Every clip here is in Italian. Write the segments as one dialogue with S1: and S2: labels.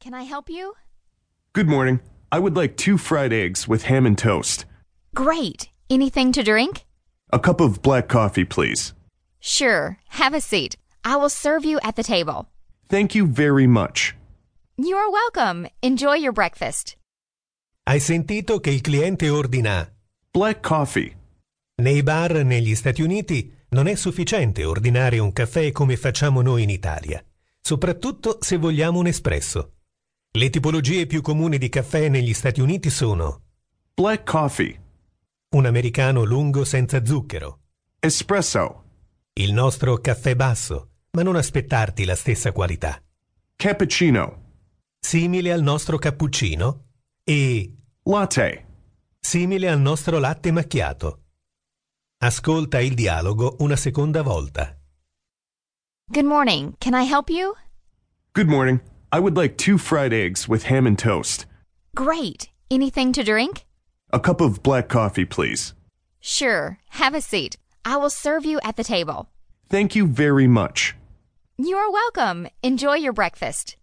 S1: Can I help you?
S2: Good morning. I would like two fried eggs with ham and toast.
S1: Great. Anything to drink?
S2: A cup of black coffee, please.
S1: Sure. Have a seat. I will serve you at the table.
S2: Thank you very much.
S1: You're welcome. Enjoy your breakfast.
S3: Hai sentito che il cliente ordina
S2: Black coffee.
S3: Nei bar negli Stati Uniti non è sufficiente ordinare un caffè come facciamo noi in Italia, soprattutto se vogliamo un espresso. Le tipologie più comuni di caffè negli Stati Uniti sono
S2: Black coffee.
S3: un americano lungo senza zucchero,
S2: Espresso.
S3: il nostro caffè basso, ma non aspettarti la stessa qualità,
S2: Cappuccino.
S3: simile al nostro cappuccino e
S2: Latte.
S3: simile al nostro latte macchiato. Ascolta il dialogo una seconda volta.
S1: Good morning. Can I help you?
S2: Good morning. I would like two fried eggs with ham and toast.
S1: Great. Anything to drink?
S2: A cup of black coffee, please.
S1: Sure. Have a seat. I will serve you at the table.
S2: Thank you very much.
S1: You're welcome. Enjoy your breakfast.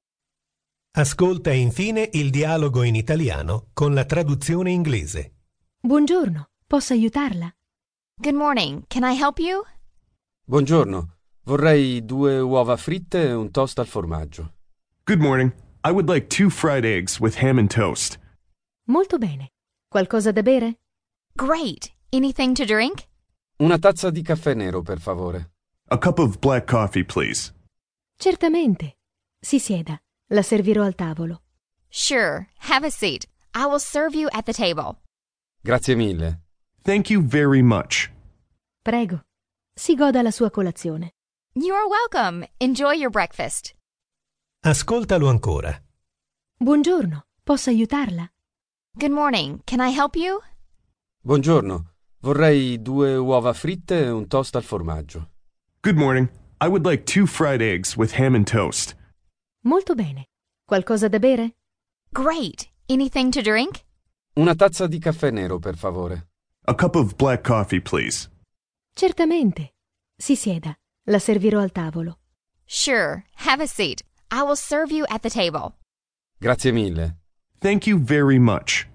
S3: Ascolta infine il dialogo in italiano con la traduzione inglese.
S4: Buongiorno, posso aiutarla?
S1: Good morning. Can I help you?
S5: Buongiorno, vorrei due uova fritte e un toast al formaggio.
S2: Good morning. I would like two fried eggs with ham and toast.
S4: Molto bene. Qualcosa da bere?
S1: Great. Anything to drink?
S5: Una tazza di caffè nero, per favore.
S2: A cup of black coffee, please.
S4: Certamente. Si sieda, la servirò al tavolo.
S1: Sure. Have a seat. I will serve you at the table.
S5: Grazie mille.
S2: Thank you very much.
S4: Prego. Si goda la sua colazione.
S1: You're welcome. Enjoy your breakfast.
S3: Ascoltalo ancora.
S4: Buongiorno, posso aiutarla?
S1: Good morning. Can I help you?
S5: Buongiorno, vorrei due uova fritte e un toast al formaggio.
S2: Good morning. I would like two fried eggs with ham and toast.
S4: Molto bene. Qualcosa da bere?
S1: Great. Anything to drink?
S5: Una tazza di caffè nero, per favore.
S2: A cup of black coffee, please.
S4: Certamente. Si sieda, la servirò al tavolo.
S1: Sure. Have a seat. I will serve you at the table.
S5: Grazie mille.
S2: Thank you very much.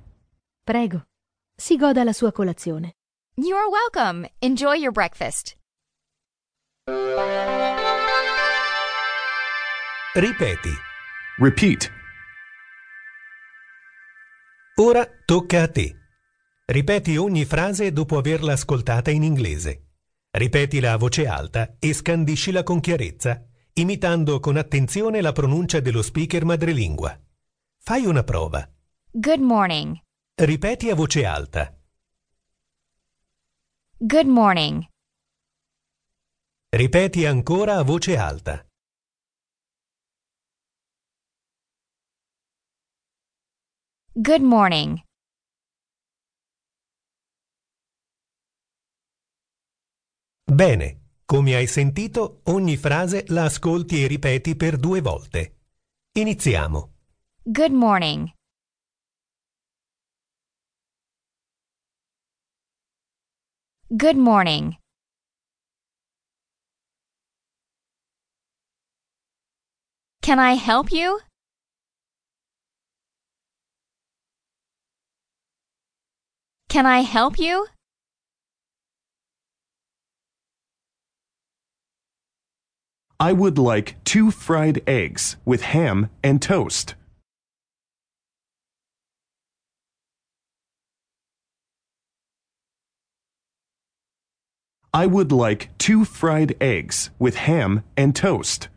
S4: Prego. Si goda la sua colazione.
S1: You're welcome. Enjoy your breakfast.
S3: Ripeti.
S2: Repeat.
S3: Ora tocca a te. Ripeti ogni frase dopo averla ascoltata in inglese. Ripetila a voce alta e scandiscila con chiarezza, imitando con attenzione la pronuncia dello speaker madrelingua. Fai una prova.
S1: Good morning.
S3: Ripeti a voce alta.
S1: Good morning.
S3: Ripeti ancora a voce alta.
S1: Good morning.
S3: Bene, come hai sentito, ogni frase la ascolti e ripeti per due volte. Iniziamo.
S1: Good morning. Good morning. Can I help you? Can I help you?
S2: I would like two fried eggs with ham and toast. I would like two fried eggs with ham and toast.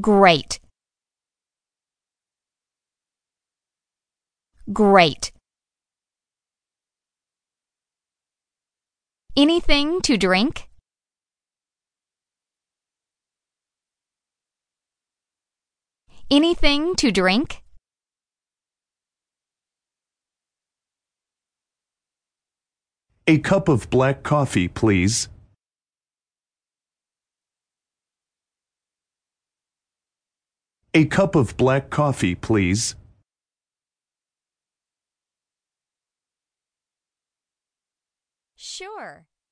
S1: Great. Great. Anything to drink? Anything to drink?
S2: A cup of black coffee, please. A cup of black coffee, please.
S1: Sure.